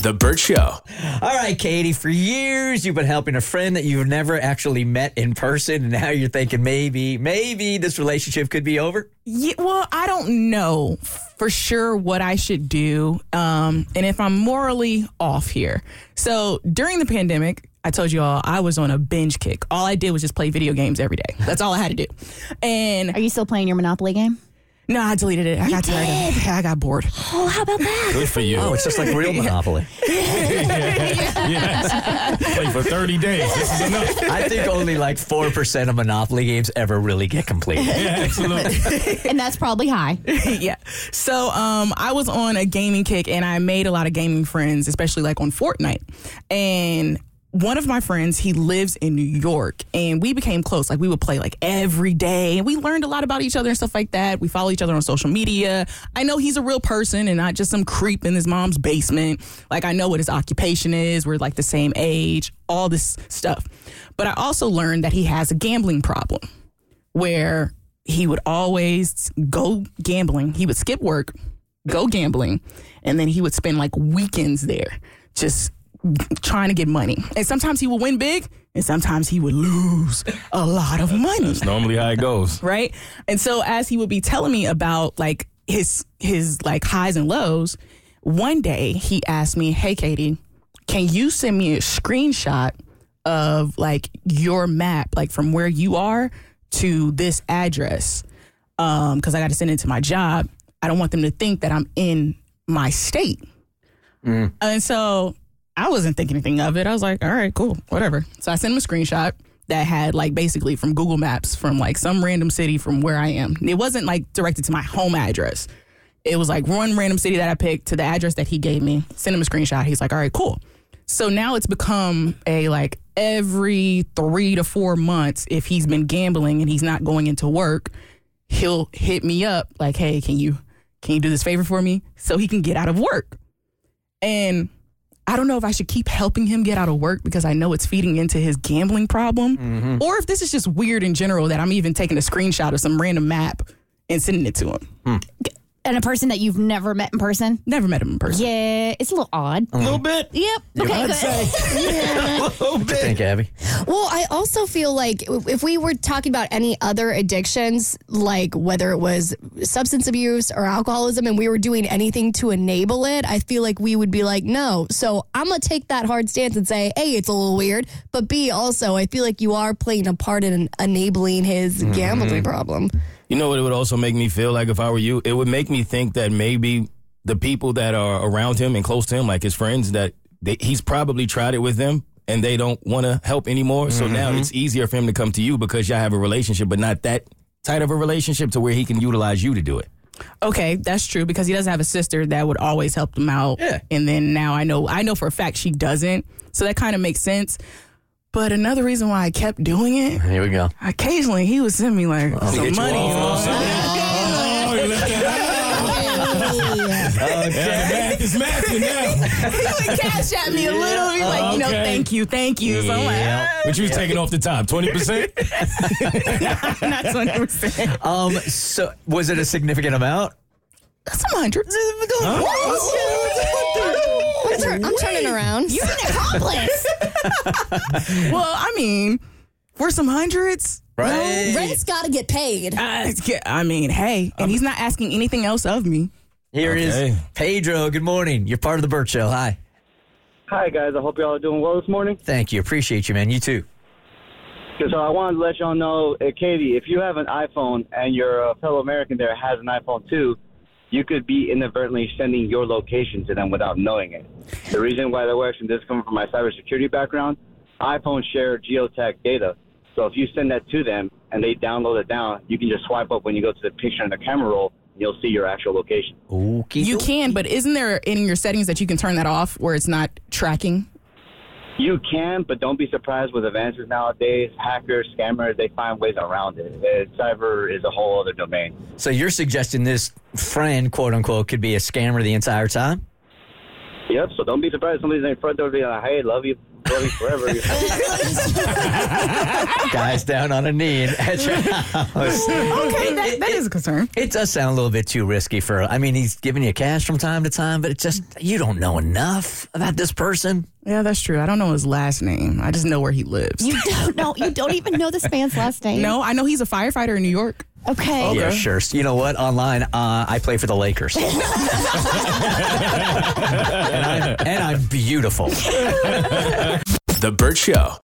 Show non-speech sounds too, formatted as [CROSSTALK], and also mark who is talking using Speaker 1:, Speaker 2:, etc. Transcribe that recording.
Speaker 1: The Burt Show.
Speaker 2: All right, Katie, for years you've been helping a friend that you've never actually met in person, and now you're thinking maybe, maybe this relationship could be over.
Speaker 3: Yeah, well, I don't know for sure what I should do um, and if I'm morally off here. So during the pandemic, I told you all I was on a binge kick. All I did was just play video games every day. That's all I had to do. And
Speaker 4: Are you still playing your Monopoly game?
Speaker 3: no, I deleted it. I got tired of it. I got bored.
Speaker 4: Oh, how about that?
Speaker 1: Good for you.
Speaker 5: [LAUGHS]
Speaker 2: Oh, it's just like [LAUGHS] real Monopoly.
Speaker 1: [LAUGHS]
Speaker 4: [LAUGHS]
Speaker 1: yes. Play for 30 days. This is enough.
Speaker 2: I think only like 4% of Monopoly games ever really get completed.
Speaker 1: Yeah, absolutely.
Speaker 4: and that's probably high.
Speaker 3: [LAUGHS] yeah. So um, I was on a gaming kick and I made a lot of gaming friends, especially like on Fortnite. And one of my friends, he lives in New York and we became close. Like we would play like every day and we learned a lot about each other and stuff like that. We follow each other on social media. I know he's a real person and not just some creep in his mom's basement. Like I know what his occupation is. We're like the same age, all this stuff. But I also learned that he has a gambling problem where he would always go gambling. He would skip work, go gambling, and then he would spend like weekends there just trying to get money. And sometimes he would win big, and sometimes he would lose a lot of money
Speaker 1: Normally how it goes.
Speaker 3: right? And so as he would be telling me about like his his like highs and lows, one day he asked me, "Hey Katie, can you send me a screenshot of like your map like from where you are to this address?" Um cuz I got to send it to my job. I don't want them to think that I'm in my state. Uh, And so I wasn't thinking anything of it. I was like, all right, cool, whatever. So I sent him a screenshot that had like basically from Google Maps from like some random city from where I am. It wasn't like directed to my home address. It was like one random city that I picked to the address that he gave me. Sent him a screenshot. He's like, all right, cool. So now it's become a like every three to four months, if he's been gambling and he's not going into work, he'll hit me up like, hey, can you can you do this favor for me so he can get out of work? And I don't know if I should keep helping him get out of work because I know it's feeding into his gambling problem,
Speaker 5: Mm-hmm.
Speaker 3: or if this is just weird in general that I'm even taking a screenshot of some random map and sending it to him.
Speaker 4: And a person that you've never met in person?
Speaker 3: Never met him in person.
Speaker 4: Yeah, it's a little odd.
Speaker 1: A little bit.
Speaker 4: Yep. Okay, good.
Speaker 2: What do you think, Abby?
Speaker 6: Well, I also feel like if we were talking about any other addictions, like whether it was substance abuse or alcoholism, and we were doing anything to enable it, I feel like we would be like, no. So I'm going to take that hard stance and say, A, it's a little weird. But B, also, I feel like you are playing a part in enabling his gambling problem.
Speaker 5: You know what it would also make me feel like if I were you? It would make me think that maybe the people that are around him and close to him, like his friends, that they, he's probably tried it with them and they don't want to help anymore. So now it's easier for him to come to you because y'all have a relationship, but not that tight of a relationship to where he can utilize you to do it.
Speaker 3: Okay, that's true because he does have a sister that would always help him out.
Speaker 2: Yeah.
Speaker 3: And then now I know I know for a fact she doesn't. So that kind of makes sense. But another reason why I kept
Speaker 5: [LAUGHS]
Speaker 3: doing it,
Speaker 2: Here we go.
Speaker 3: occasionally he would send me like
Speaker 5: Get
Speaker 3: some
Speaker 5: you
Speaker 3: money.
Speaker 5: off on something. Oh, you left it out. Yeah, the math is mathing now.
Speaker 3: [LAUGHS] he would cash at me a little. He's like, you know,
Speaker 5: Okay.
Speaker 3: thank you, thank you. So I'm like, [LAUGHS] "Ah,
Speaker 5: But you was taking off the top, 20%?
Speaker 3: not 20%.
Speaker 2: Um, so was it a significant amount?
Speaker 3: Some hundreds.
Speaker 6: I'm, tur- I'm turning around.
Speaker 4: You're an accomplice.
Speaker 3: [LAUGHS] Well, I mean, for some hundreds.
Speaker 2: Right.
Speaker 6: Rent's got to get paid.
Speaker 3: I, I mean, hey, and he's not asking anything else of me.
Speaker 2: Here is
Speaker 5: Okay.
Speaker 2: Pedro. Good morning. You're part of the Burt Show. Hi.
Speaker 7: Hi guys, I hope y'all are doing well this morning.
Speaker 2: Thank you. Appreciate you, man. You too.
Speaker 7: Because I wanted to let y'all know, uh, Katie, if you have an iPhone and your uh, fellow American there has an iPhone too, you could be inadvertently sending your location to them without knowing it. The reason why that works, and this is coming from my cybersecurity background, iPhones share geotag data. So if you send that to them and they download it down, you can just swipe up when you go to the picture in the camera roll, and you'll see your actual location.
Speaker 2: Okay.
Speaker 3: You can, but isn't there in your settings that you can turn that off where it's not tracking?
Speaker 7: You can, but don't be surprised with advances nowadays. Hackers, scammers, they find ways around it. Uh, cyber is a whole other domain.
Speaker 2: So you're suggesting this friend, quote unquote, could be a scammer the entire time?
Speaker 7: Yep. So don't be surprised. if Somebody's in front door be like, "Hey, love you." buddy forever.
Speaker 2: Guys down on a knee and at
Speaker 3: [LAUGHS]
Speaker 2: your house.
Speaker 3: Okay, that, that is a concern.
Speaker 2: It does sound a little bit too risky for. I mean, he's giving you cash from time to time, but it's just you don't know enough about this person.
Speaker 3: Yeah, that's true. I don't know his last name. I just know where he lives.
Speaker 4: You don't know. You don't even know this man's last
Speaker 1: [LAUGHS]
Speaker 4: name.
Speaker 3: no, I know he's a firefighter in New York.
Speaker 4: Okay.
Speaker 2: Yeah, sure. You know what? Online, uh, I play for the
Speaker 3: [LAUGHS]
Speaker 2: Lakers, [LAUGHS] and, I'm, and I'm beautiful.
Speaker 1: The Burt Show.